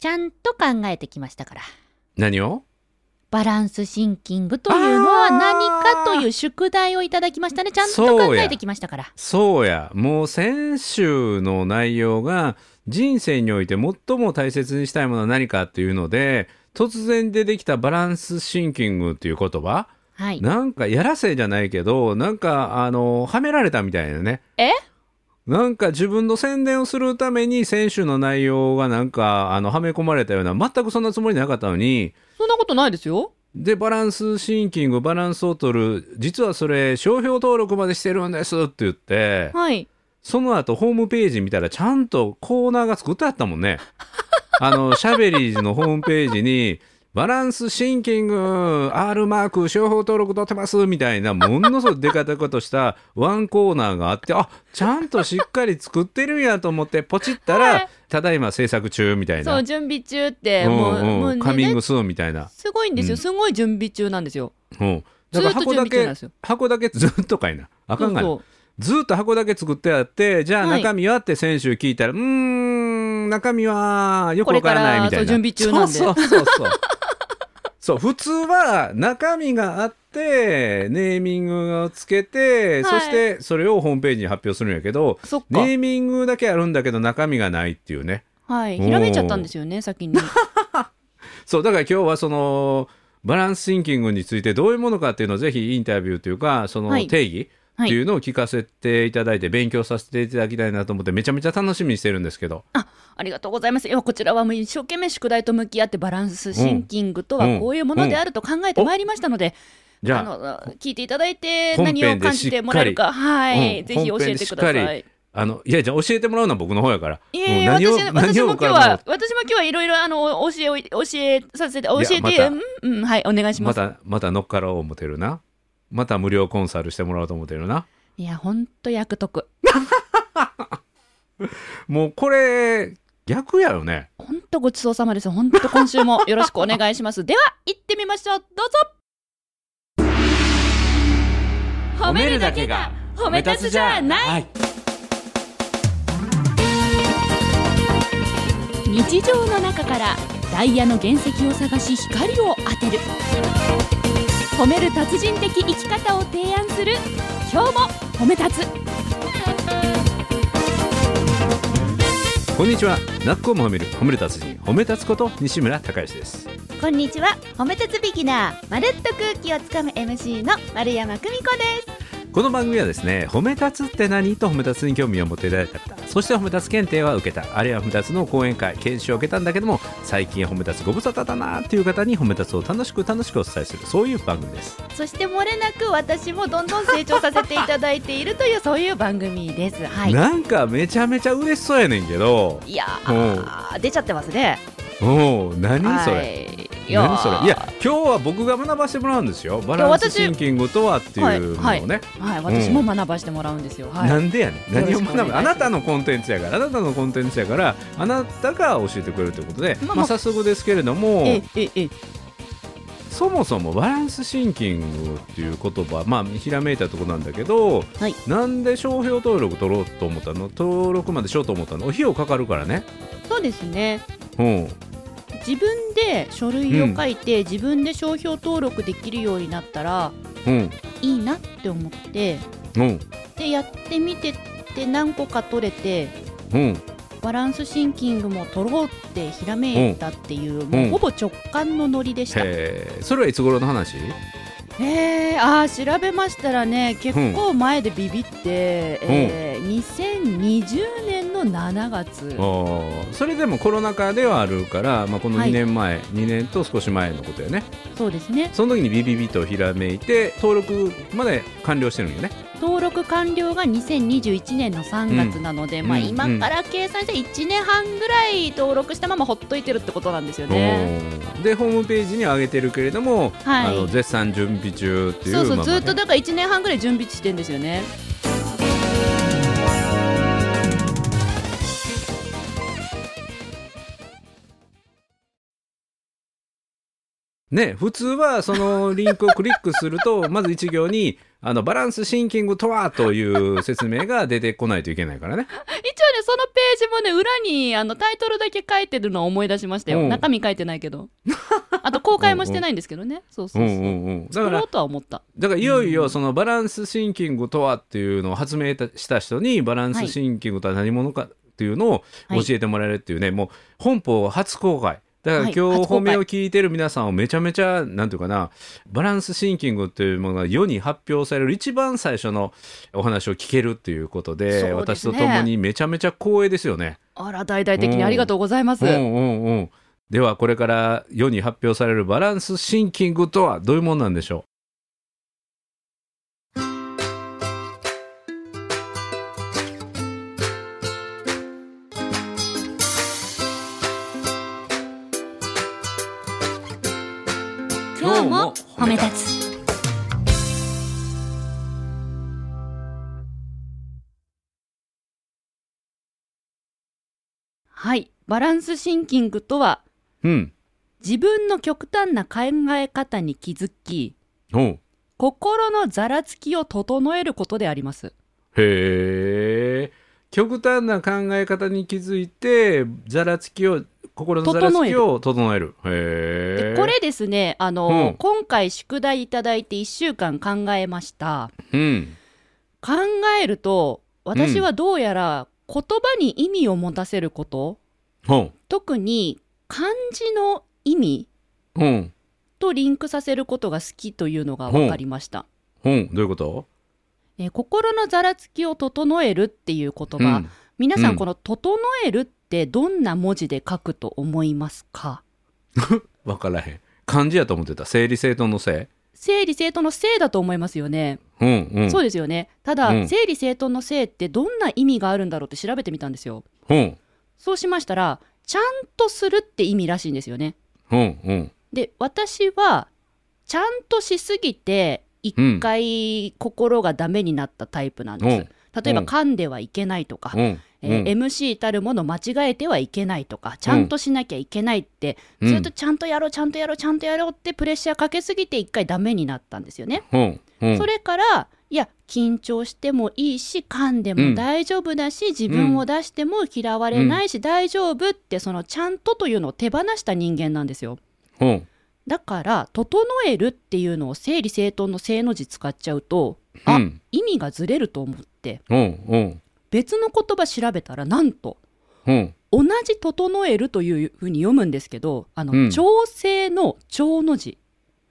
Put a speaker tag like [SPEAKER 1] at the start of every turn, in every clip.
[SPEAKER 1] ちゃんと考えてきましたから。
[SPEAKER 2] 何を
[SPEAKER 1] バランスシンキングというのは何かという宿題をいただきましたね。ちゃんと考えてきましたから。
[SPEAKER 2] そうや、もう先週の内容が人生において最も大切にしたいものは何かっていうので、突然出てきたバランスシンキングっていう言葉、
[SPEAKER 1] はい。
[SPEAKER 2] なんかやらせじゃないけど、なんかあの、はめられたみたいなね。
[SPEAKER 1] え
[SPEAKER 2] なんか自分の宣伝をするために先週の内容がなんかあのはめ込まれたような全くそんなつもりなかったのに
[SPEAKER 1] そんなことないですよ。
[SPEAKER 2] でバランスシンキングバランスを取る実はそれ商標登録までしてるんですって言って
[SPEAKER 1] はい。
[SPEAKER 2] その後ホームページ見たらちゃんとコーナーが作ってあったもん ね。あの、シャベリーズのホームページに、バランスシンキング、R マーク、商標登録取ってます、みたいな、ものすごいデカデカとしたワンコーナーがあって、あ、ちゃんとしっかり作ってるんやと思って、ポチった
[SPEAKER 1] は
[SPEAKER 2] ら
[SPEAKER 1] い、
[SPEAKER 2] ただいま制作中、みたいな。
[SPEAKER 1] そう、準備中って、
[SPEAKER 2] うん
[SPEAKER 1] もう、
[SPEAKER 2] うん
[SPEAKER 1] もう
[SPEAKER 2] カミン
[SPEAKER 1] ね、
[SPEAKER 2] グスーンみたいな。
[SPEAKER 1] すごいんです
[SPEAKER 2] う
[SPEAKER 1] よ。
[SPEAKER 2] ん
[SPEAKER 1] すごい準備中なんですよ。
[SPEAKER 2] うん。だから箱
[SPEAKER 1] ず
[SPEAKER 2] だ
[SPEAKER 1] っと準備中なん
[SPEAKER 2] け
[SPEAKER 1] ですよ、
[SPEAKER 2] 箱だけずっとかいな。あかんがな。
[SPEAKER 1] そう
[SPEAKER 2] ずっと箱だけ作ってあってじゃあ
[SPEAKER 1] はい
[SPEAKER 2] 中身はって先週聞いたら、うーん中身はよくわからないみたいな
[SPEAKER 1] これからそう準備
[SPEAKER 2] そうそうそうそうそう普通は中身があってネーミングをつけて、
[SPEAKER 1] はい
[SPEAKER 2] そしてそれをホームページに発表するんやけど
[SPEAKER 1] そうそっか。
[SPEAKER 2] ネーミングだけあるんだけど中身がないっていうね
[SPEAKER 1] はい。
[SPEAKER 2] おー
[SPEAKER 1] ひらめいちゃったんですよね、 先に。
[SPEAKER 2] そうだから今日はそのバランスシンキングについてどういうものかっていうのをぜひインタビューというかその
[SPEAKER 1] はい
[SPEAKER 2] 定義っ
[SPEAKER 1] は
[SPEAKER 2] て
[SPEAKER 1] い
[SPEAKER 2] いうのを聞かせていただいて勉強させていただきたいなと思ってめちゃめちゃ楽しみにしてるんですけど
[SPEAKER 1] ありがとうございます。いや、こちらはもう一生懸命宿題と向き合ってバランスシンキングと
[SPEAKER 2] うん
[SPEAKER 1] はこういうものであると考えてまいりましたので、
[SPEAKER 2] じ
[SPEAKER 1] あ
[SPEAKER 2] ゃあ
[SPEAKER 1] の、聞いていただいて
[SPEAKER 2] 本編
[SPEAKER 1] 何
[SPEAKER 2] で
[SPEAKER 1] を感じてもらえるか、はい、
[SPEAKER 2] うん
[SPEAKER 1] ぜひ教えてくださ
[SPEAKER 2] 本編で
[SPEAKER 1] い。
[SPEAKER 2] あのいやじゃあ教えてもらうのは僕の方やから
[SPEAKER 1] いえいえ、
[SPEAKER 2] もう
[SPEAKER 1] 私私
[SPEAKER 2] 何を
[SPEAKER 1] も今日
[SPEAKER 2] 何を
[SPEAKER 1] は、私も今日はいろいろ、あの、お教えを、教えさせて、教えて、
[SPEAKER 2] また
[SPEAKER 1] うん、うん、はい、お願いしま。
[SPEAKER 2] ますたまた乗っからおう思てるなまた無料コンサルしてもらおうと思ってるない
[SPEAKER 1] や、ほんと役得。
[SPEAKER 2] もうこれ逆やよね
[SPEAKER 1] ほんとごちそうさまです。ほんと今週もよろしくお願いします。では、行ってみましょう。どうぞ褒め立つじゃない
[SPEAKER 2] い
[SPEAKER 1] 日常の中からダイヤの原石を探し光を当てる褒める達人的生き方を提案する今日も褒め立つ
[SPEAKER 2] こんにちはなっこも褒める褒める達人褒め立つこと西村孝之です
[SPEAKER 3] こんにちは褒め立つビギナーまるっと空気をつかむ MC の丸山久美子です
[SPEAKER 2] この番組はですね褒め立つって何と褒め立つに興味を持っていただいた方そして褒め立つ検定は受けたあるいは褒め立つの講演会研修を受けたんだけども最近褒め立つご無沙汰だなっていう方に褒め立つを楽しく楽しくお伝えするそういう番組です
[SPEAKER 3] そして漏れなく私もどんどん成長させていただいているというそういう番組ですはい
[SPEAKER 2] なんかめちゃめちゃ嬉しそうやねんけど
[SPEAKER 3] いやー出ちゃってますね
[SPEAKER 2] おお何それ、
[SPEAKER 3] はいいやー
[SPEAKER 2] 何それいや今日は僕が学ばせてもらうんですよバランス
[SPEAKER 3] 私
[SPEAKER 2] シンキングとはっていうのをね、
[SPEAKER 1] はいはい私も学ばしてもらうんですよ、はい
[SPEAKER 2] なんでやねん何を
[SPEAKER 1] よろしくお願いし
[SPEAKER 2] 学ぶ
[SPEAKER 1] ます
[SPEAKER 2] あなたのコンテンツやからあなたのコンテンツやからあなたが教えてくれるということで、
[SPEAKER 1] ま
[SPEAKER 2] ま
[SPEAKER 1] あ
[SPEAKER 2] あ
[SPEAKER 1] まあ
[SPEAKER 2] 早速ですけれども
[SPEAKER 1] えええ
[SPEAKER 2] そもそもバランスシンキングっていう言葉まあひらめいたところなんだけど、
[SPEAKER 1] はい
[SPEAKER 2] なんで商標登録取ろうと思ったの登録までしようと思ったのお費用かかるからね。
[SPEAKER 1] そうですね
[SPEAKER 2] うん
[SPEAKER 1] 自分で書類を書いて、自分で商標登録できるようになったら
[SPEAKER 2] うん
[SPEAKER 1] いいなって思って
[SPEAKER 2] うん
[SPEAKER 1] でやってみてって何個か取れて
[SPEAKER 2] うん
[SPEAKER 1] バランスシンキングも取ろうってひらめいたっていう、もううんほぼ直感のノリでした、
[SPEAKER 2] へーそれはいつ頃の話
[SPEAKER 1] えー、あー調べましたらね結構前でビビって、
[SPEAKER 2] うん
[SPEAKER 1] えー2020年の7月
[SPEAKER 2] あーそれでもコロナ禍ではあるから、まあ、この
[SPEAKER 1] はい
[SPEAKER 2] 2年前、2年と少し前のことやね
[SPEAKER 1] そうですね
[SPEAKER 2] その時にビビビとひらめいて登録まで完了してるんよね
[SPEAKER 1] 登録完了が2021年の3月なので、まあ、
[SPEAKER 2] うん
[SPEAKER 1] 今から計算して1年半ぐらい登録したままほっといてるってことなんですよね。
[SPEAKER 2] おーでホームページには上げてるけれども、
[SPEAKER 1] はい
[SPEAKER 2] あの絶賛準備中っていう
[SPEAKER 1] そうそう、
[SPEAKER 2] まあまあ
[SPEAKER 1] ず
[SPEAKER 2] ね
[SPEAKER 1] っとだから1年半ぐらい準備してんですよね。
[SPEAKER 2] ね普通はそのリンクをクリックすると まず一行にあのバランスシンキングとはという説明が出てこないといけないからね
[SPEAKER 1] 一応ねそのページもね、裏にあのタイトルだけ書いてるのを思い出しましたよ。
[SPEAKER 2] うん
[SPEAKER 1] 中身書いてないけ ど。あと公開もしてないんですけどね。そうそううんそう。
[SPEAKER 2] うんうん、だ
[SPEAKER 1] 作
[SPEAKER 2] か
[SPEAKER 1] ろ
[SPEAKER 2] ら
[SPEAKER 1] うとは思った。
[SPEAKER 2] だからいよいよそのバランスシンキングとはっていうのを発明した人にバランスシンキングとは何者かっていうのを
[SPEAKER 4] はい
[SPEAKER 2] 教えてもらえるっていうね、もう本邦初公開だから
[SPEAKER 4] は
[SPEAKER 2] 今
[SPEAKER 4] い
[SPEAKER 2] 日
[SPEAKER 4] 初公開
[SPEAKER 2] 褒めを聞いてる皆さんをめちゃめちゃなんていうかなバランスシンキングっていうものが世に発表される一番最初のお話を聞けるっていうことで
[SPEAKER 1] そうですね
[SPEAKER 2] 私と共にめちゃめちゃ光栄ですよね。
[SPEAKER 1] あら、大々的にありがとうございます。
[SPEAKER 2] うんうんうん、ではこれから世に発表されるバランスシンキングとはどういうものなんでしょう
[SPEAKER 4] 今日も褒め立つ
[SPEAKER 1] はい。バランスシンキングとは、
[SPEAKER 2] うん
[SPEAKER 1] 自分の極端な考え方に気づき、
[SPEAKER 2] おう
[SPEAKER 1] 心のざらつきを整えることであります。
[SPEAKER 2] へえ極端な考え方に気づいてざらつきを心のざらつきを整えるへ
[SPEAKER 1] で
[SPEAKER 2] え
[SPEAKER 1] これですね、あの、
[SPEAKER 2] うん
[SPEAKER 1] 今回宿題いただいて1週間考えました。
[SPEAKER 2] うん
[SPEAKER 1] 考えると、私はどうやら言葉に意味を持たせること、
[SPEAKER 2] ほ
[SPEAKER 1] 特に漢字の意味
[SPEAKER 2] うほう
[SPEAKER 1] とリンクさせることが好きというのが分かりました。
[SPEAKER 2] ほうどういうこと
[SPEAKER 1] えー心のざらつきを整えるっていう言葉、
[SPEAKER 2] うん
[SPEAKER 1] 皆さ
[SPEAKER 2] うん
[SPEAKER 1] んこの「整える」ってどんな文字で書くと思いますか
[SPEAKER 2] 分からへん漢字やと思ってた整理整頓のせ
[SPEAKER 1] 整理整頓のせいだと思いますよね。
[SPEAKER 2] いうんうん
[SPEAKER 1] そう
[SPEAKER 2] う
[SPEAKER 1] ですよね。ただ、
[SPEAKER 2] うん
[SPEAKER 1] 整理整頓のせいってどんな意味があるんだろうって調べてみたんですよ。
[SPEAKER 2] ほう
[SPEAKER 1] そうしましたら、ちゃんとするって意味らしいんですよね。
[SPEAKER 2] ほうほう
[SPEAKER 1] で、私は、ちゃんとしすぎて、一回心がダメになったタイプなんです。例えば、
[SPEAKER 2] うん
[SPEAKER 1] 噛んではいけないとか、
[SPEAKER 2] ほう
[SPEAKER 1] えー MC たるもの間違えてはいけないとか、ちゃんとしなきゃいけないって、
[SPEAKER 2] うん
[SPEAKER 1] ずっとちゃんとやろう、ちゃんとやろう、ちゃんとやろうってプレッシャーかけすぎて一回ダメになったんですよね。
[SPEAKER 2] ほうほう
[SPEAKER 1] それから、いや、緊張してもいいし、噛んでも大丈夫だし、自分を出しても嫌われないし、大丈夫って、そのちゃんとというのを手放した人間なんですよ。
[SPEAKER 2] ほう
[SPEAKER 1] だから、整えるっていうのを整理整頓の正の字使っちゃうと、あ、
[SPEAKER 2] うん
[SPEAKER 1] 意味がずれると思って、
[SPEAKER 2] ほうほう
[SPEAKER 1] 別の言葉調べたら、なんと、
[SPEAKER 2] ほう
[SPEAKER 1] 同じ整えるというふうに読むんですけど、あの、
[SPEAKER 2] うん
[SPEAKER 1] 調整の調の字、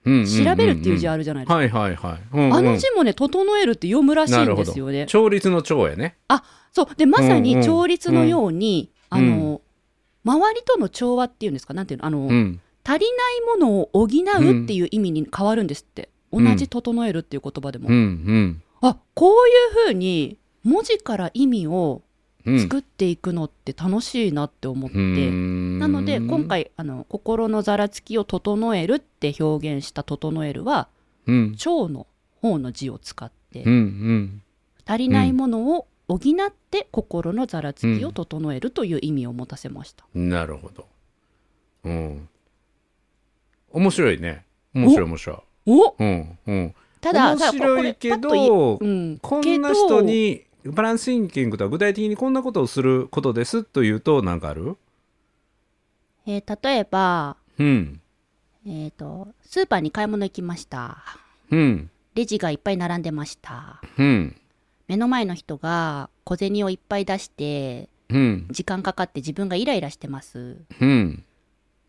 [SPEAKER 2] うんうんうんうん
[SPEAKER 1] 調べるっていう字あるじゃないですか。
[SPEAKER 2] はいはいはいうんうん
[SPEAKER 1] あの字もね、整えるって読むらしい
[SPEAKER 2] なんる
[SPEAKER 1] で
[SPEAKER 2] ほ
[SPEAKER 1] すよ
[SPEAKER 2] ど
[SPEAKER 1] ね。
[SPEAKER 2] 調律の調やね
[SPEAKER 1] そう。で、まさ
[SPEAKER 2] うんう
[SPEAKER 1] に
[SPEAKER 2] ん
[SPEAKER 1] 調律のように、
[SPEAKER 2] うん
[SPEAKER 1] あの、周りとの調和っていうんですか、なんていうの、あの、
[SPEAKER 2] うん
[SPEAKER 1] 足りないものを補うっていう意味に変わるんですって。
[SPEAKER 2] ん
[SPEAKER 1] 同じ整えるっていう言葉でも。
[SPEAKER 2] うんうん
[SPEAKER 1] あ、こういうふうに、文字から意味を
[SPEAKER 2] うん
[SPEAKER 1] 作っていくのって楽しいなって思って、な
[SPEAKER 2] な
[SPEAKER 1] ので今、回あの心のざらつきを整えるって表現した整えるは
[SPEAKER 2] うん
[SPEAKER 1] 腸の方の字を使って、
[SPEAKER 2] うんうん、
[SPEAKER 1] 足りないものを補って心のざらつきを整えるという意味を持たせました。
[SPEAKER 2] なるほど、うん、面白いね面白い面白い、
[SPEAKER 1] お
[SPEAKER 2] うんうん、
[SPEAKER 1] ただ
[SPEAKER 2] 面白いけ
[SPEAKER 1] これパッ
[SPEAKER 2] ど
[SPEAKER 1] というん、
[SPEAKER 2] こんな人にバランスシンキングとは具体的にこんなことをすることですというと何かある
[SPEAKER 1] けど、えー例えば、
[SPEAKER 2] うん
[SPEAKER 1] えー、とスーパーに買い物行きました
[SPEAKER 2] うん
[SPEAKER 1] レジがいっぱい並んでました
[SPEAKER 2] うん
[SPEAKER 1] 目の前の人が小銭をいっぱい出して
[SPEAKER 2] うん
[SPEAKER 1] 時間かかって自分がイライラしてます
[SPEAKER 2] うん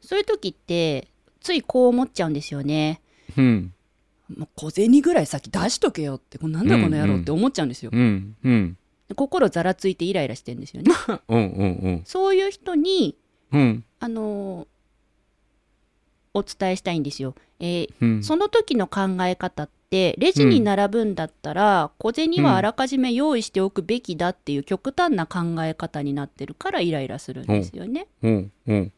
[SPEAKER 1] そういう時って、ついこう思っちゃうんですよね。
[SPEAKER 2] うん
[SPEAKER 1] もう小銭ぐらい先出しとけよって、こうなんだこの野郎って思っちゃうんですよ。
[SPEAKER 2] うんうん
[SPEAKER 1] 心ざらついてイライラしてるんですよね。
[SPEAKER 2] うんうん
[SPEAKER 1] そういう人に、
[SPEAKER 2] うん
[SPEAKER 1] あのーお伝えしたいんですよ。えー
[SPEAKER 2] うん
[SPEAKER 1] その時の考え方って、レジに並ぶんだったら、小銭はあらかじめ用意しておくべきだっていう極端な考え方になってるからイライラするんですよね。
[SPEAKER 2] うんうん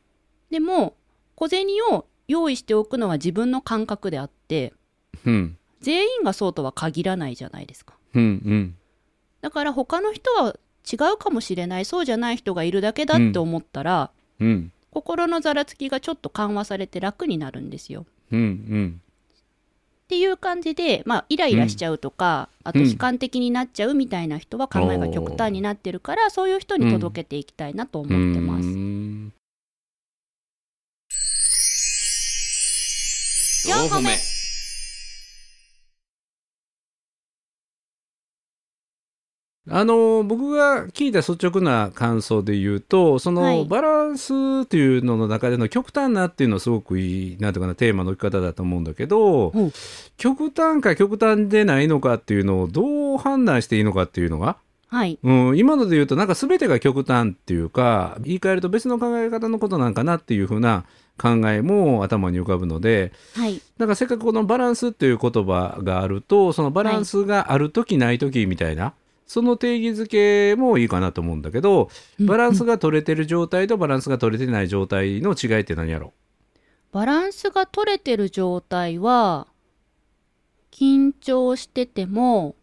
[SPEAKER 1] でも、小銭を用意しておくのは自分の感覚であって、
[SPEAKER 2] うん
[SPEAKER 1] 全員がそうとは限らないじゃないですか
[SPEAKER 2] うんうん
[SPEAKER 1] だから他の人は違うかもしれないそうじゃない人がいるだけだって思ったら、
[SPEAKER 2] うん
[SPEAKER 1] 心のざらつきがちょっと緩和されて楽になるんですよ
[SPEAKER 2] うん
[SPEAKER 1] っていう感じで、まあ、イライラしちゃうとか、あと
[SPEAKER 2] うん
[SPEAKER 1] 悲観的になっちゃうみたいな人は考えが極端になってるから、そういう人に届けていきたいなと思ってます。
[SPEAKER 2] うーん
[SPEAKER 1] 四歩目
[SPEAKER 2] あの僕が聞いた率直な感想で言うとその、
[SPEAKER 1] はい
[SPEAKER 2] バランスっていうのの中での極端なっていうのはすごくいいなんていうかなテーマの置き方だと思うんだけど
[SPEAKER 1] うん
[SPEAKER 2] 極端か極端でないのかっていうのをどう判断していいのかっていうのが
[SPEAKER 1] はい、
[SPEAKER 2] うん、今ので言うとなんか全てが極端っていうか言い換えると別の考え方のことなんかなっていう風な考えも頭に浮かぶので
[SPEAKER 1] はい、
[SPEAKER 2] なんかせっかくこのバランスっていう言葉があるとそのバランスがある時ない時みたいな、その定義づけもいいかなと思うんだけどバランスが取れてる状態とバランスが取れてない状態の違いって何やろ
[SPEAKER 1] バランスが取れてる状態は緊張してても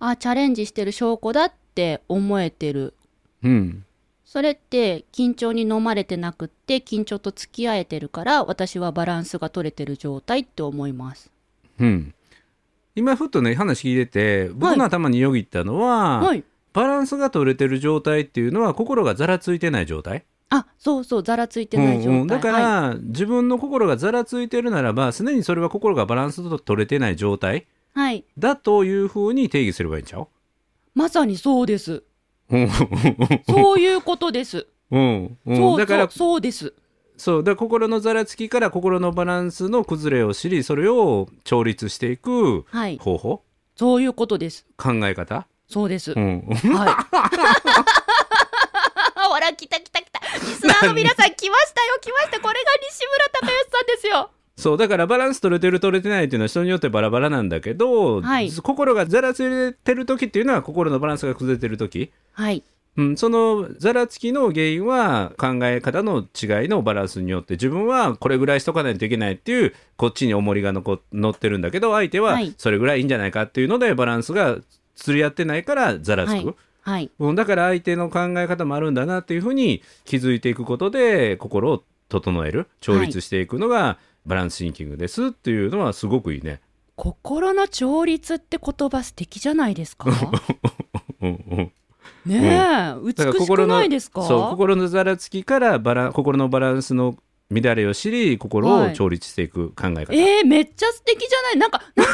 [SPEAKER 1] あチャレンジしてる証拠だって思えてる
[SPEAKER 2] うん
[SPEAKER 1] それって緊張に飲まれてなくって緊張と付き合えてるから私はバランスが取れてる状態って思います。
[SPEAKER 2] うん今ふっとね話聞いてて僕の頭によぎったのは、
[SPEAKER 1] はい。
[SPEAKER 2] バランスが取れてる状態っていうのは心がざらついてない状態
[SPEAKER 1] あそうそうざらついてない状態。
[SPEAKER 2] うんうん、だから、
[SPEAKER 1] はい
[SPEAKER 2] 自分の心がざらついてるならば常にそれは心がバランスと取れてない状態
[SPEAKER 1] はい
[SPEAKER 2] だというふうに定義すればいいんちゃう
[SPEAKER 1] まさにそうです。
[SPEAKER 2] うん
[SPEAKER 1] そういうことです。
[SPEAKER 2] うんうん
[SPEAKER 1] そう
[SPEAKER 2] だから
[SPEAKER 1] そうそうです。
[SPEAKER 2] そうだから心のざらつきから心のバランスの崩れを知りそれを調律していく
[SPEAKER 1] はい
[SPEAKER 2] 方法
[SPEAKER 1] そういうことです。
[SPEAKER 2] 考え方、
[SPEAKER 1] そうです。
[SPEAKER 2] う
[SPEAKER 1] はい。
[SPEAKER 2] ん、
[SPEAKER 1] 笑きたきたきた。リスナーの皆さん来ましたよ来ました。これが西村孝之さんですよ。
[SPEAKER 2] そうだからバランス取れてる取れてないっていうのは人によってバラバラなんだけど、
[SPEAKER 1] はい
[SPEAKER 2] 心がざらついてる時っていうのは心のバランスが崩れてる時、
[SPEAKER 1] はい
[SPEAKER 2] うん、そのざらつきの原因は考え方の違いのバランスによって自分はこれぐらいしとかないといけないっていうこっちに重りがのこ乗ってるんだけど相手は
[SPEAKER 1] はい
[SPEAKER 2] それぐらいいいんじゃないかっていうのでバランスが釣り合ってないからざらつく。
[SPEAKER 1] はいはい
[SPEAKER 2] うん、だから相手の考え方もあるんだなっていうふうに気づいていくことで心を整える調律していくのがバランスシンキングですっていうのはすごくいいね。
[SPEAKER 1] 心の調律って言葉素敵じゃないです か。
[SPEAKER 2] うんうん、
[SPEAKER 1] ねえ、
[SPEAKER 2] だから
[SPEAKER 1] 美しくないですか。
[SPEAKER 2] そう心のざらつきからバラン心のバランスの乱れを知り心を調律していく考え方。
[SPEAKER 1] えー、めっちゃ素敵じゃないなんか、なんか、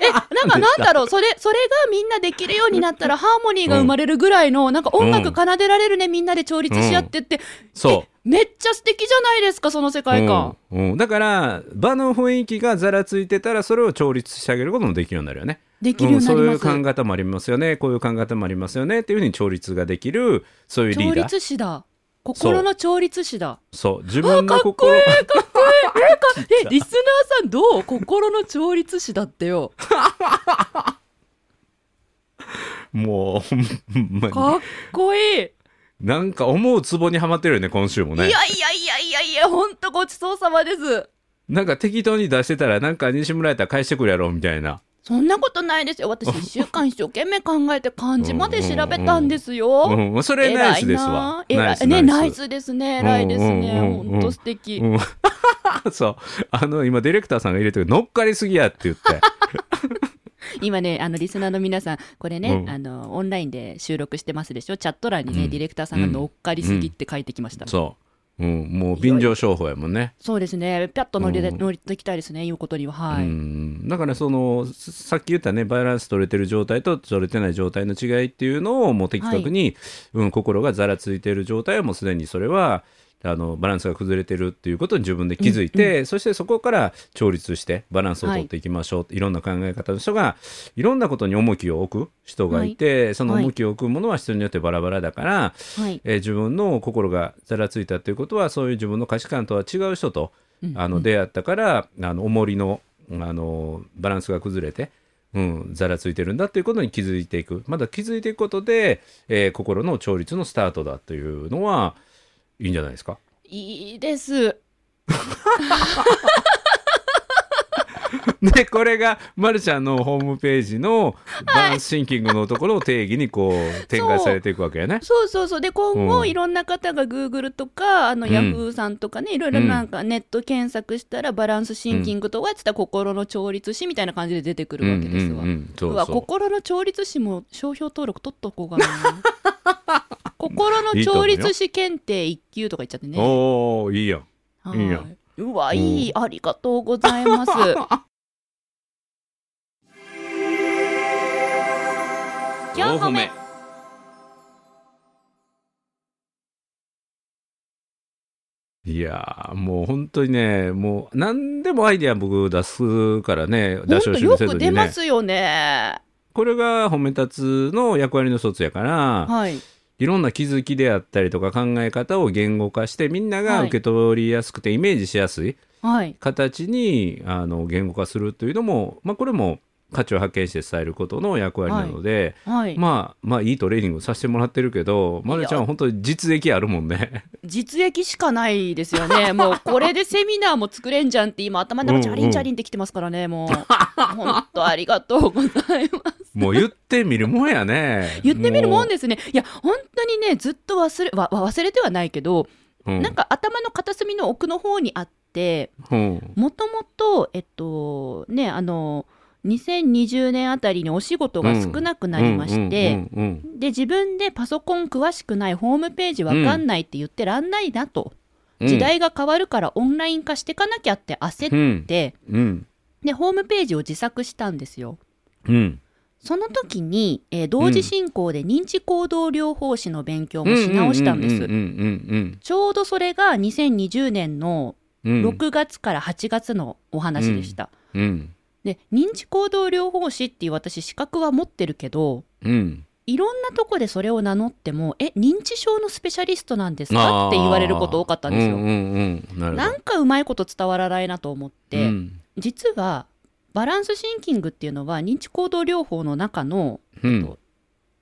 [SPEAKER 1] え、なんかなんだろう、それ、それがみんなできるようになったらハーモニーが生まれるぐらいの、なんか音楽奏でられるね、みんなで調律し合ってって、
[SPEAKER 2] そう
[SPEAKER 1] えめっちゃ素敵じゃないですか、その世界観。
[SPEAKER 2] うんうん、だから場の雰囲気がざらついてたらそれを調律してあげることもできるようになるよね。
[SPEAKER 1] できるようになり
[SPEAKER 2] う
[SPEAKER 1] ます。
[SPEAKER 2] ん、そういう考え方もありますよねこういう考え方もありますよねっていうふうに調律ができるそういうリ
[SPEAKER 1] 調
[SPEAKER 2] ーダー。
[SPEAKER 1] 律師だ。心の調律師だ。
[SPEAKER 2] そう自分
[SPEAKER 1] あ
[SPEAKER 2] の
[SPEAKER 1] かっこい
[SPEAKER 2] 心
[SPEAKER 1] い え、リスナーさんどう心の調律師だってよ。
[SPEAKER 2] もうほんまに
[SPEAKER 1] かっこいい。
[SPEAKER 2] なんか思うツボにはまってるよね今週も
[SPEAKER 1] いやい
[SPEAKER 2] ね
[SPEAKER 1] やいやいやいや、ほんとごちそうさまです。
[SPEAKER 2] なんか適当に出してたらなんか西村やったら返してくるやろみたいな
[SPEAKER 1] そんなことないですよ。 私、一週間一生懸命考えて漢字まで調べたんですよ。
[SPEAKER 2] うんそれナイスですわ
[SPEAKER 1] 偉いなあ偉
[SPEAKER 2] ナイス
[SPEAKER 1] いね、
[SPEAKER 2] ナ
[SPEAKER 1] ナ
[SPEAKER 2] イ
[SPEAKER 1] イ
[SPEAKER 2] ス
[SPEAKER 1] スですね。偉いです
[SPEAKER 2] う
[SPEAKER 1] ね。
[SPEAKER 2] んうんうんうん
[SPEAKER 1] ほんと素敵。
[SPEAKER 2] うん そうあの今ディレクターさんが入れてる乗っかりすぎやって言って
[SPEAKER 1] 今ね、あの、リスナーの皆さん、これね
[SPEAKER 2] う、ん
[SPEAKER 1] あの、オンラインで収録してますでしょ。チャット欄にね、
[SPEAKER 2] うん
[SPEAKER 1] ディレクターさんが乗っかりすぎって書いてきました。
[SPEAKER 2] そう、うん、もう便乗商法やもんね
[SPEAKER 1] そうですね。ぴゃっと乗りで、
[SPEAKER 2] うん
[SPEAKER 1] 乗りできたいですね。いうことには。は
[SPEAKER 2] う
[SPEAKER 1] い。
[SPEAKER 2] んだからそのささっき言ったねバランス取れてる状態と取れてない状態の違いっていうのをもう的確に、うん、心がざらついてる状態はもうすでにそれはあのバランスが崩れてるっていうことに自分で気づいて、そしてそこから調律してバランスを取っていきましょう、い、ろんな考え方の人がいろんなことに重きを置く人がいて、その重きを置くものは人によってバラバラだか
[SPEAKER 1] は
[SPEAKER 2] ら、
[SPEAKER 1] い。
[SPEAKER 2] えー自分の心がざらついたということはそういう自分の価値観とは違う人とあの出会ったから、あの重りのあのバランスが崩れて、うん、ざらついてるんだということに気づいていくまだ気づいていくことで、えー心の調律のスタートだというのはいいんじゃないですか。
[SPEAKER 1] いいです。
[SPEAKER 2] でこれがまるちゃんのホームページのバランスシンキングのところを定義にこう展開されていくわけやね。
[SPEAKER 1] そうそうそう。で、今後、
[SPEAKER 2] うん
[SPEAKER 1] いろんな方が Google とか、あの、
[SPEAKER 2] うん
[SPEAKER 1] Yahoo さんとかね、いろいろなんかネット検索したら、バランスシンキングとはやってたら心の調律師みたいな感じで出てく
[SPEAKER 2] うん
[SPEAKER 1] るわけですわ。
[SPEAKER 2] うんうん、そうう
[SPEAKER 1] わ、
[SPEAKER 2] そ
[SPEAKER 1] 心の調律師も商標登録取っとこうかな。 心の調律師検定1級とか言っちゃって
[SPEAKER 2] う。
[SPEAKER 1] ね。
[SPEAKER 2] おおーいいやん。
[SPEAKER 1] はい
[SPEAKER 2] いや
[SPEAKER 1] うわ、いい、ありがとうございます。4個目
[SPEAKER 2] いやーもう本当にねもう何でもアイディア僕出すからね 出し惜しみ
[SPEAKER 1] よ
[SPEAKER 2] せず
[SPEAKER 1] く出
[SPEAKER 2] に
[SPEAKER 1] ま
[SPEAKER 2] ね
[SPEAKER 1] すよね。
[SPEAKER 2] これが褒め立つの役割の一つやから
[SPEAKER 1] はい。
[SPEAKER 2] いろんな気づきであったりとか考え方を言語化してみんなが
[SPEAKER 1] はい
[SPEAKER 2] 受け取りやすくてイメージしやすい
[SPEAKER 1] はい。
[SPEAKER 2] 形にあの言語化するというのも、まあ、これも価値を発見して伝えることの役割なので、
[SPEAKER 1] はい。
[SPEAKER 2] まあまあいいトレーニングさせてもらってるけどまるちゃんは本当に実益あるもんね。
[SPEAKER 1] 実益しかないですよね。もう、これでセミナーも作れんじゃんって、今、頭の中、チャリンチャリンってきてますからね、 もう。本当ありがとうございます。。
[SPEAKER 2] もう言ってみるもんやね
[SPEAKER 1] 言ってみるもん
[SPEAKER 2] で、
[SPEAKER 1] ですね。いや、本当にね、ずっと忘れ、わ忘れてはないけど、
[SPEAKER 2] うん、
[SPEAKER 1] なんか頭の片隅の奥の方にあって、
[SPEAKER 2] うん、
[SPEAKER 1] もともと、えっと、ね、あの、2020年あたりにお仕事が少なくなりまして、
[SPEAKER 2] うんうん
[SPEAKER 1] で自分でパソコン詳しくないホームページわかんないって言ってらんないなと、
[SPEAKER 2] うんうん
[SPEAKER 1] 時代が変わるからオンライン化してかなきゃって焦って、
[SPEAKER 2] うん
[SPEAKER 1] でホームページを自作したんですよ
[SPEAKER 2] うん
[SPEAKER 1] その時に、えー同時進行で認知行動療法士の勉強もし直したんです、
[SPEAKER 2] うんうん
[SPEAKER 1] ちょうどそれが2020年の
[SPEAKER 2] うんうんうん
[SPEAKER 1] 6月から8月のお話でした、
[SPEAKER 2] うん
[SPEAKER 1] で認知行動療法士っていう私資格は持ってるけど
[SPEAKER 2] うん
[SPEAKER 1] いろんなとこでそれを名乗っても、え、認知症のスペシャリストなんですかって言われること多かったんですよ。
[SPEAKER 2] うんうんうん、なるほど
[SPEAKER 1] なんかうまいこと伝わらないなと思って、
[SPEAKER 2] うん
[SPEAKER 1] 実はバランスシンキングっていうのは認知行動療法の中の
[SPEAKER 2] うん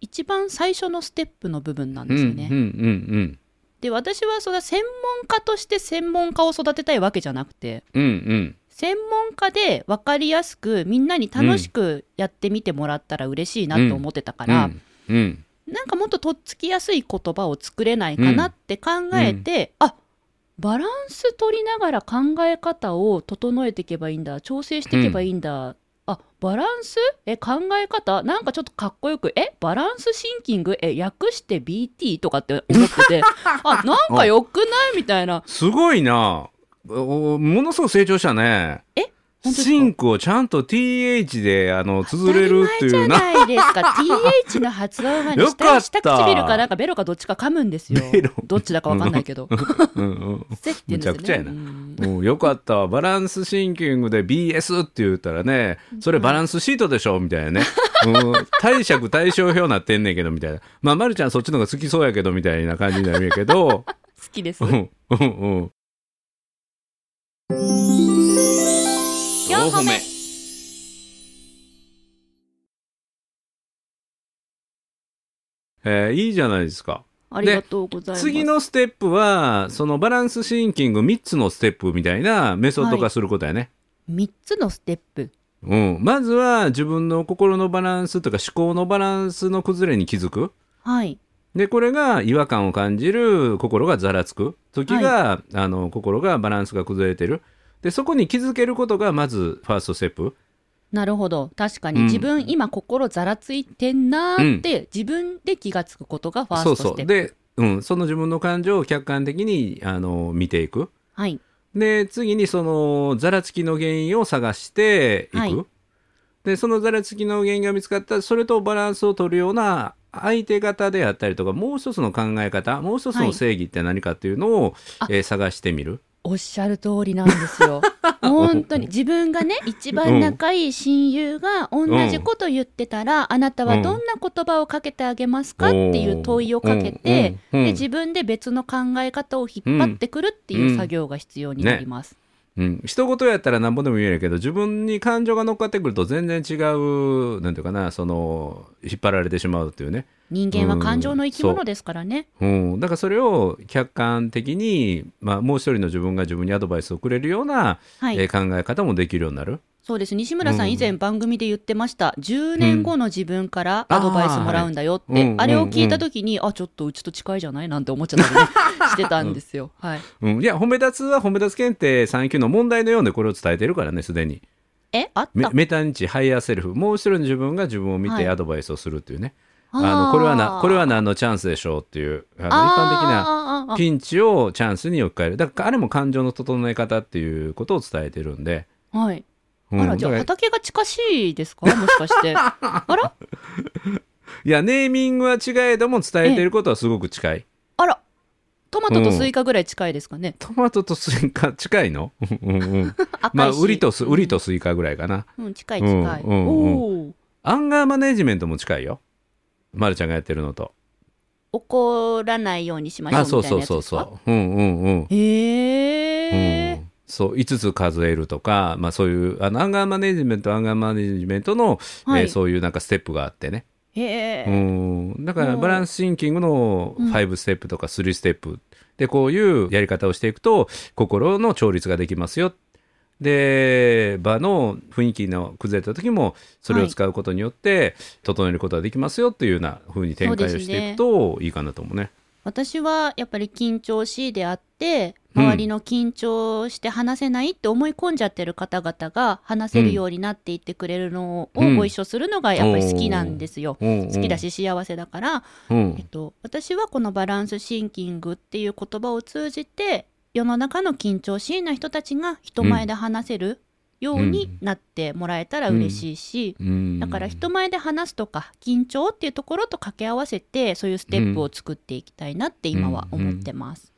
[SPEAKER 1] 一番最初のステップの部分なん
[SPEAKER 2] う
[SPEAKER 1] ですよ
[SPEAKER 2] ん
[SPEAKER 1] ね。
[SPEAKER 2] うん
[SPEAKER 1] で、私はそれは専門家として専門家を育てたいわけじゃなくて、
[SPEAKER 2] うんうん
[SPEAKER 1] 専門家で分かりやすくみんなに楽しくやってみてもらったら嬉しいなと思ってたから、
[SPEAKER 2] うん
[SPEAKER 1] なんかもっととっつきやすい言葉を作れないかなって考えて、あバランス取りながら考え方を整えていけばいいんだ調整していけばいいんだ、あバランスえ考え方なんかちょっとかっこよくえバランスシンキングえ略して BT とかって思ってて あなんかよくないみたいな
[SPEAKER 2] すごいなおおものすごく成長したね
[SPEAKER 1] え本当ですか
[SPEAKER 2] シンクをちゃんと TH であの綴れるっ
[SPEAKER 1] 当
[SPEAKER 2] てい
[SPEAKER 1] た
[SPEAKER 2] う
[SPEAKER 1] り前じ
[SPEAKER 2] な
[SPEAKER 1] ゃないですか TH の発音がね
[SPEAKER 2] よか
[SPEAKER 1] 下
[SPEAKER 2] った
[SPEAKER 1] 下唇かなんかベロかどっちか噛むんですよ
[SPEAKER 2] ベロ
[SPEAKER 1] どっちだかわかんないけど
[SPEAKER 2] うんうん
[SPEAKER 1] せって言うんですよね
[SPEAKER 2] むちゃくちゃやな
[SPEAKER 1] うん
[SPEAKER 2] うん、よかったわバランスシンキングで BS って言ったらねそれバランスシートでしょみたいなね、うん、貸借対照表なってんねんけどみたいなまあ、ま、るちゃんそっちの方が好きそうやけどみたいな感じになるんやけど
[SPEAKER 1] 好きです
[SPEAKER 2] うんうんうん
[SPEAKER 1] 四歩目
[SPEAKER 2] えーいいじゃないですか
[SPEAKER 1] ありがとうございます。
[SPEAKER 2] 次のステップはそのバランスシンキング3つのステップみたいなメソッド化することやね、
[SPEAKER 1] 3つのステップ。
[SPEAKER 2] うん、まずは自分の心のバランスとか思考のバランスの崩れに気づく
[SPEAKER 1] はい。
[SPEAKER 2] でこれが違和感を感じる心がざらつく時が、あの心がバランスが崩れてるでそこに気づけることがまずファーストステップ
[SPEAKER 1] なるほど。確かに、
[SPEAKER 2] うん
[SPEAKER 1] 自分今心ざらついてんなーって、自分で気がつくことがファース
[SPEAKER 2] そ
[SPEAKER 1] ト
[SPEAKER 2] うそ
[SPEAKER 1] ステ
[SPEAKER 2] う
[SPEAKER 1] ップ。
[SPEAKER 2] で、うん、その自分の感情を客観的にあの見ていく
[SPEAKER 1] はい。
[SPEAKER 2] で次にそのざらつきの原因を探していく、
[SPEAKER 1] はい
[SPEAKER 2] でそのざらつきの原因が見つかったらそれとバランスを取るような相手方であったりとかもう一つの考え方もう一つの正義って何かっていうのを、
[SPEAKER 1] あ
[SPEAKER 2] えー探してみる。
[SPEAKER 1] おっしゃる通りなんです よ。本当に。自分がね、一番仲いい親友が同じこと言ってたら、あなたはどんな言葉をかけてあげますかっていう問いをかけて、
[SPEAKER 2] うんうんうん
[SPEAKER 1] で自分で別の考え方を引っ張ってくるっていう作業が必要になります。
[SPEAKER 2] うん、一言やったら何ぼでも言えるけど自分に感情が乗っかってくると全然違うなんていうかなその引っ張られてしまうっていうね、
[SPEAKER 1] 人間は感情の生き
[SPEAKER 2] うんそ
[SPEAKER 1] 物
[SPEAKER 2] う
[SPEAKER 1] ですからね。
[SPEAKER 2] うん、だからそれを客観的に、まあ、もう一人の自分が自分にアドバイスをくれるような、
[SPEAKER 1] はい。
[SPEAKER 2] えー考え方もできるようになる
[SPEAKER 1] そうです西村さ
[SPEAKER 2] うん
[SPEAKER 1] ん以前番組で言ってました、10年後の自分からアドバイスもらうんだよって、
[SPEAKER 2] うんあー
[SPEAKER 1] あ
[SPEAKER 2] はいう
[SPEAKER 1] れを
[SPEAKER 2] ん
[SPEAKER 1] 聞いた時に、あちょっとうちと近いじゃないなんて思っちゃったり ねしてたんですよ、はい
[SPEAKER 2] うん、いや、褒め立つは褒め立つ検定3級の問題のようでこれを伝えてるからね、すでに。
[SPEAKER 1] えあっ
[SPEAKER 2] メ
[SPEAKER 1] た
[SPEAKER 2] メタ認知、ハイヤーセルフ、もう一人の自分が自分を見
[SPEAKER 1] は
[SPEAKER 2] て
[SPEAKER 1] い
[SPEAKER 2] アドバイスをするっていうね。
[SPEAKER 1] あ
[SPEAKER 2] あのこれはな、これ
[SPEAKER 1] は
[SPEAKER 2] は何のチャンスでしょうっていう、あの一般的な
[SPEAKER 1] な
[SPEAKER 2] ピンチをチャンスに置き換える。だから、あれも感情の整え方っていうことを伝えてるんで。
[SPEAKER 1] はい、
[SPEAKER 2] うん
[SPEAKER 1] あらじゃあ
[SPEAKER 2] だから
[SPEAKER 1] 畑が近しいですかもしかしてあら
[SPEAKER 2] いや、ネーミングは違えども伝えてることはすごく近い。
[SPEAKER 1] あらトマトとスイカぐらい近いですかね、
[SPEAKER 2] トマトとスイカ近いの うんうん
[SPEAKER 1] 赤い
[SPEAKER 2] まあ、
[SPEAKER 1] し
[SPEAKER 2] 売りとス、売りとスイカぐらいかな。
[SPEAKER 1] うん、近い近い、
[SPEAKER 2] うんうんうん
[SPEAKER 1] おー
[SPEAKER 2] アンガーマネジメントも近いよ。まるちゃんがやってるのと。
[SPEAKER 1] 怒らないようにしましょう
[SPEAKER 2] あ、
[SPEAKER 1] みた
[SPEAKER 2] そ
[SPEAKER 1] いうな
[SPEAKER 2] そう
[SPEAKER 1] やつ
[SPEAKER 2] そう
[SPEAKER 1] ですか
[SPEAKER 2] そう。うんうんうん。
[SPEAKER 1] へえ、
[SPEAKER 2] うんそう5つ数えるとか、まあ、そういうあのアンガーマネジメントアンガーマネジメントの、
[SPEAKER 1] はい
[SPEAKER 2] えーそういうなんかステップがあってね、
[SPEAKER 1] へ
[SPEAKER 2] う
[SPEAKER 1] え、
[SPEAKER 2] んだから
[SPEAKER 1] うん
[SPEAKER 2] バランスシンキングの
[SPEAKER 1] うん
[SPEAKER 2] 5ステップとか3ステップでこういうやり方をしていくと心の調律ができますよで場の雰囲気の崩れた時もそれを使うことによって整えることができますよっていうような風に展開をしていくといいかなと思うね。
[SPEAKER 1] 私はやっぱり緊張しいであって
[SPEAKER 2] うん
[SPEAKER 1] 周りの緊張して話せないって思い込んじゃってる方々が話せるようになっていってくれるの
[SPEAKER 2] う
[SPEAKER 1] を
[SPEAKER 2] ん
[SPEAKER 1] ご一緒するのがやっぱり好きなんですよ。
[SPEAKER 2] 好
[SPEAKER 1] 好きだ、し幸せだから、
[SPEAKER 2] うん
[SPEAKER 1] えっと、私はこのバランスシンキングっていう言葉を通じて世の中の緊張しいな人たちが人前で話せるようになってもらえたら嬉しいし、
[SPEAKER 2] うん
[SPEAKER 1] だから人前で話すとか緊張っていうところと掛け合わせてそういうステップを作っていきたいなって今は思ってます。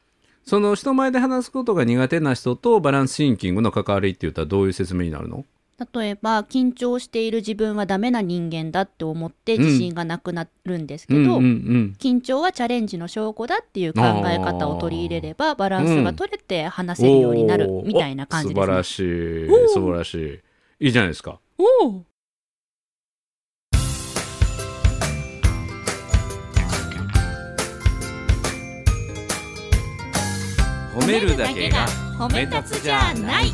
[SPEAKER 2] その人前で話すことが苦手な人とバランスシンキングの関わりって言ったらどういう説明になるの
[SPEAKER 1] 例えば緊張している自分はダメな人間だって思って自信がなくなるんですけど、
[SPEAKER 2] うんうん
[SPEAKER 1] 緊張はチャレンジの証拠だっていう考え方を取り入れればバランスが取れて話
[SPEAKER 2] うん、
[SPEAKER 1] せるようになる
[SPEAKER 2] おー
[SPEAKER 1] みたいな感じで
[SPEAKER 2] お
[SPEAKER 1] す
[SPEAKER 2] 素晴
[SPEAKER 1] ね
[SPEAKER 2] ら。しい
[SPEAKER 1] おー
[SPEAKER 2] 素晴らしいいいじゃないですか
[SPEAKER 1] おー
[SPEAKER 2] 褒
[SPEAKER 1] 褒
[SPEAKER 2] め立つじゃない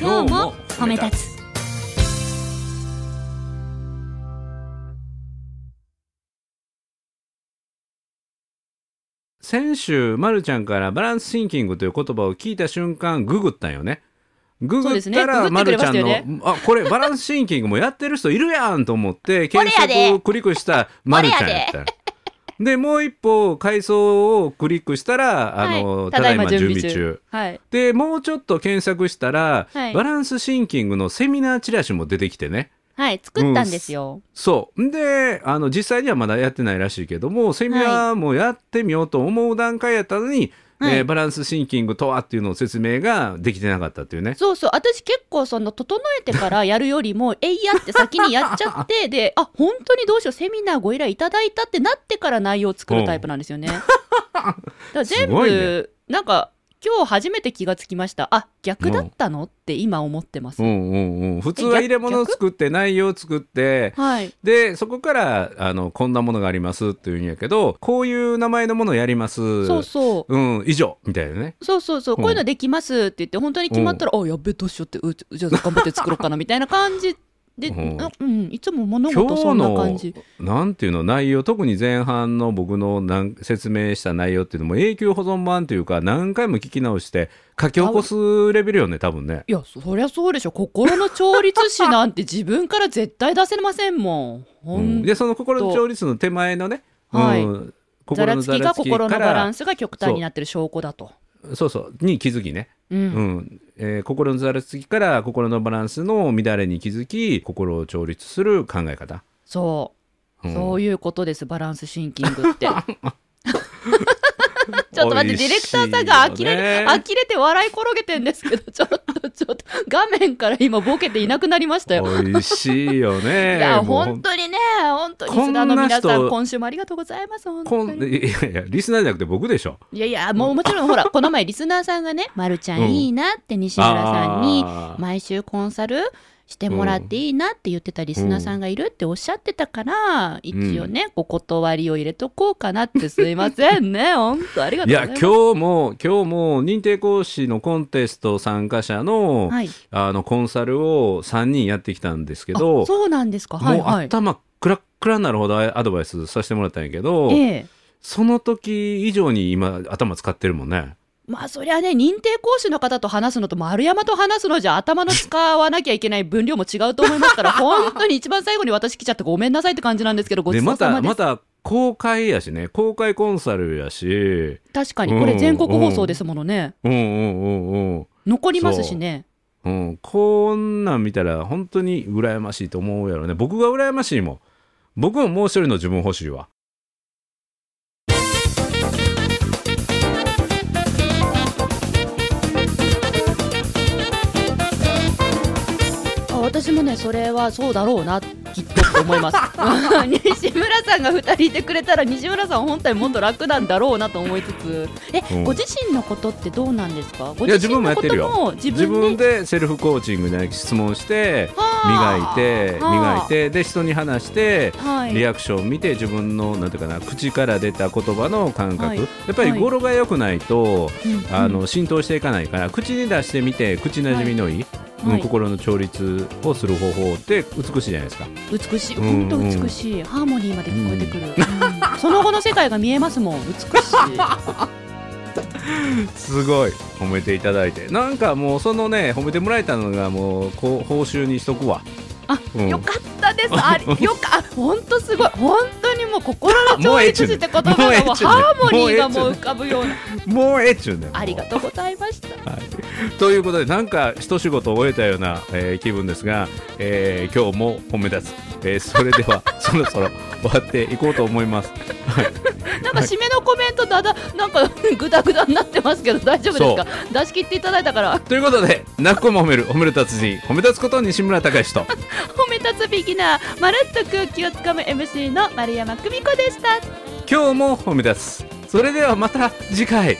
[SPEAKER 2] 今日も褒め立
[SPEAKER 1] つ
[SPEAKER 2] 先週まるちゃんからバランスシンキングという言葉を聞いた瞬間ググったんよねググっ
[SPEAKER 1] そうで
[SPEAKER 2] た
[SPEAKER 1] すね
[SPEAKER 2] ら、
[SPEAKER 1] ググ
[SPEAKER 2] ま
[SPEAKER 1] ってく
[SPEAKER 2] る
[SPEAKER 1] れ
[SPEAKER 2] ち
[SPEAKER 1] ま
[SPEAKER 2] ゃ
[SPEAKER 1] し
[SPEAKER 2] ん
[SPEAKER 1] た
[SPEAKER 2] の、
[SPEAKER 1] よね
[SPEAKER 2] あこれバランスシンキングもやってる人いるやんと思って
[SPEAKER 1] これ
[SPEAKER 2] 検
[SPEAKER 1] やで
[SPEAKER 2] 索をクリックしたまるちゃんやったよでもう一歩階層をクリックしたら、あの
[SPEAKER 1] はい
[SPEAKER 2] ただいま準備中
[SPEAKER 1] はい
[SPEAKER 2] でもうちょっと検索したら、
[SPEAKER 1] はい
[SPEAKER 2] バランスシンキングのセミナーチラシも出てきてね
[SPEAKER 1] はい作ったんですよ。
[SPEAKER 2] そうであの実際にはまだやってないらしいけどもセミナーもやってみようと思う段階やったのに、
[SPEAKER 1] はい
[SPEAKER 2] えーバランスシンキングとはっていうのを説明ができてなかったっていうね。
[SPEAKER 1] そうそう私結構その整えて からやるよりもえいやって先にやっちゃってであ本当にどうしようセミナーご依頼いただいたってなってから内容を作るタイプなん ですよね。だから全
[SPEAKER 2] すご
[SPEAKER 1] 部、
[SPEAKER 2] いね
[SPEAKER 1] なんか今日初めて気がつきましたあ逆だったの、って今思ってます。
[SPEAKER 2] うんうんうん、普通は入れ物を作って内容を作って
[SPEAKER 1] はい、
[SPEAKER 2] でそこからあのこんなものがありますっていうんやけどこういう名前のものをやります
[SPEAKER 1] そうそう
[SPEAKER 2] うん、以上みたいなね
[SPEAKER 1] そうそうそう、
[SPEAKER 2] うん
[SPEAKER 1] こういうのできますって言って本当に決まったら、あやべどうしようってうじゃあ頑張って作ろうかなみたいな感じで、
[SPEAKER 2] うん
[SPEAKER 1] あうん、いつも物
[SPEAKER 2] 今
[SPEAKER 1] 事そ
[SPEAKER 2] 日
[SPEAKER 1] んな
[SPEAKER 2] の
[SPEAKER 1] 感じ。
[SPEAKER 2] なんていうの内容特に前半の僕のなん説明した内容っていうのも永久保存版というか何回も聞き直して書き起こすレベルよね多分ね
[SPEAKER 1] いや、そりゃそうでしょ。心の調律師なんて自分から絶対出せませんもん。ほ
[SPEAKER 2] うん
[SPEAKER 1] ん
[SPEAKER 2] でその心の調律の手前のね、
[SPEAKER 1] はい
[SPEAKER 2] うん
[SPEAKER 1] ざ
[SPEAKER 2] 心
[SPEAKER 1] ら
[SPEAKER 2] の
[SPEAKER 1] つ
[SPEAKER 2] ざ
[SPEAKER 1] きが
[SPEAKER 2] らつき
[SPEAKER 1] 心
[SPEAKER 2] か
[SPEAKER 1] のバラ
[SPEAKER 2] ら
[SPEAKER 1] ンスが極端になってる証拠だと。
[SPEAKER 2] そうそうに気づきね、
[SPEAKER 1] う
[SPEAKER 2] うん
[SPEAKER 1] ん。
[SPEAKER 2] えー心のざらつきから心のバランスの乱れに気づき心を調律する考え方、
[SPEAKER 1] そうう。
[SPEAKER 2] ん
[SPEAKER 1] そういうことです、バランスシンキング って。ちょっと待って、ディレクターさんが呆れ、呆れて笑い転げてんですけど、ちょっと、ちょっと、画面から今ボケていなくなりましたよ。
[SPEAKER 2] 美味しいよ ね
[SPEAKER 1] いや、
[SPEAKER 2] もう
[SPEAKER 1] 本当にね、本当に、
[SPEAKER 2] こ
[SPEAKER 1] リ
[SPEAKER 2] ん
[SPEAKER 1] スナーの皆
[SPEAKER 2] こん
[SPEAKER 1] さ
[SPEAKER 2] な人
[SPEAKER 1] ん、今週もありがとうございます、本
[SPEAKER 2] こ
[SPEAKER 1] 当
[SPEAKER 2] ん
[SPEAKER 1] に。
[SPEAKER 2] いやいやリスナーじゃなくて僕でしょ
[SPEAKER 1] いやいや、もうもちろん、ほら、この 前リスナーさんがね、まるちゃんいいなって西村さんに、
[SPEAKER 2] あー
[SPEAKER 1] 毎週コンサルしてもらっていいなって言ってたリスナーさんがいるっておっしゃってたから、一応ね、お断りを入れとこうかなって、すいません ね、本当ありが
[SPEAKER 2] い
[SPEAKER 1] とうござ
[SPEAKER 2] や
[SPEAKER 1] います。
[SPEAKER 2] 今日も今日も認定講師のコンテスト参加者の,、
[SPEAKER 1] はい、
[SPEAKER 2] あのコンサルを3人やってきたんですけ
[SPEAKER 1] あ
[SPEAKER 2] ど
[SPEAKER 1] そうなんですか、はい
[SPEAKER 2] もう
[SPEAKER 1] はい。
[SPEAKER 2] 頭クラックラになるほどアドバイスさせてもらったんやけど、
[SPEAKER 1] ええ
[SPEAKER 2] その時以上に今頭使ってるもんね。
[SPEAKER 1] まあそりゃね認定講師の方と話すのと丸山と話すのじゃ頭の使わなきゃいけない分量も違うと思いますから 本当に一番最後に私来ちゃってごめんなさいって感じなんですけどごち
[SPEAKER 2] で
[SPEAKER 1] そう
[SPEAKER 2] ま
[SPEAKER 1] さ
[SPEAKER 2] た
[SPEAKER 1] まです、
[SPEAKER 2] また公開やしね公開コンサルやし
[SPEAKER 1] 確かにこれ全国放送ですものね、
[SPEAKER 2] うんうんうんうん。
[SPEAKER 1] 残りますしね
[SPEAKER 2] うん、こんなん見たら本当に羨ましいと思うやろね僕が羨ましいもん僕ももう一人の自分欲しいわ
[SPEAKER 1] あ私もねそれはそうだろうなきっとって思います 西村さんが2人いてくれたら西村さん本体もっと楽なんだろうなと思いつつえ、
[SPEAKER 2] うん
[SPEAKER 1] ご自身のことってどうなんですかご
[SPEAKER 2] いや
[SPEAKER 1] 自身のこと
[SPEAKER 2] 自分もやってる
[SPEAKER 1] も自
[SPEAKER 2] 自分
[SPEAKER 1] 分で
[SPEAKER 2] でセルフコーチングで質問して磨いて
[SPEAKER 1] はあ
[SPEAKER 2] 磨いてで人に話して
[SPEAKER 1] はい
[SPEAKER 2] リアクションを見て自分のなんていうかな口から出た言葉の感覚、
[SPEAKER 1] はい
[SPEAKER 2] やっぱり
[SPEAKER 1] はい
[SPEAKER 2] 語呂が良くないと、
[SPEAKER 1] うん
[SPEAKER 2] あの浸透していかないから口に出してみて口なじみのいい、
[SPEAKER 1] うんは
[SPEAKER 2] うん
[SPEAKER 1] い
[SPEAKER 2] 心の調律をする方法って美しいじゃないですか。
[SPEAKER 1] 美しい、
[SPEAKER 2] うんう
[SPEAKER 1] 本
[SPEAKER 2] ん
[SPEAKER 1] 当美しい、ハーモニーまで聞こえてくる、うんその後の世界が見えますもん、美しい。
[SPEAKER 2] すごい褒めていただいてなんかもうそのね褒めてもらえたのがもうこう報酬にしとくわ
[SPEAKER 1] あ、
[SPEAKER 2] うん
[SPEAKER 1] よかったです、あれ、 よか、あ本当すごい、本当にもう心の調律師って言葉が
[SPEAKER 2] もうええっちゅう
[SPEAKER 1] も
[SPEAKER 2] ね
[SPEAKER 1] うハーモニーがも
[SPEAKER 2] も
[SPEAKER 1] う
[SPEAKER 2] う
[SPEAKER 1] 浮
[SPEAKER 2] ええっちゅうね
[SPEAKER 1] かぶような。
[SPEAKER 2] もうええっちゅうねんもう
[SPEAKER 1] ありがとうございました。
[SPEAKER 2] ということでなんか一仕事終えたような、えー気分ですが、えー今日も褒め立つ、えーそれでは そろそろ終わっていこうと思います
[SPEAKER 1] なんか締めのコメントだだ、なんか グダグダになってますけど、大丈夫ですか。出し切っていただいたから、
[SPEAKER 2] ということで泣く子も褒める褒める達人褒め立つこと西村隆之と
[SPEAKER 1] 褒め立つビギナー、まるっと空気をつかむ MC の丸山久美子でした。
[SPEAKER 2] 今日も褒め立つそれではまた次回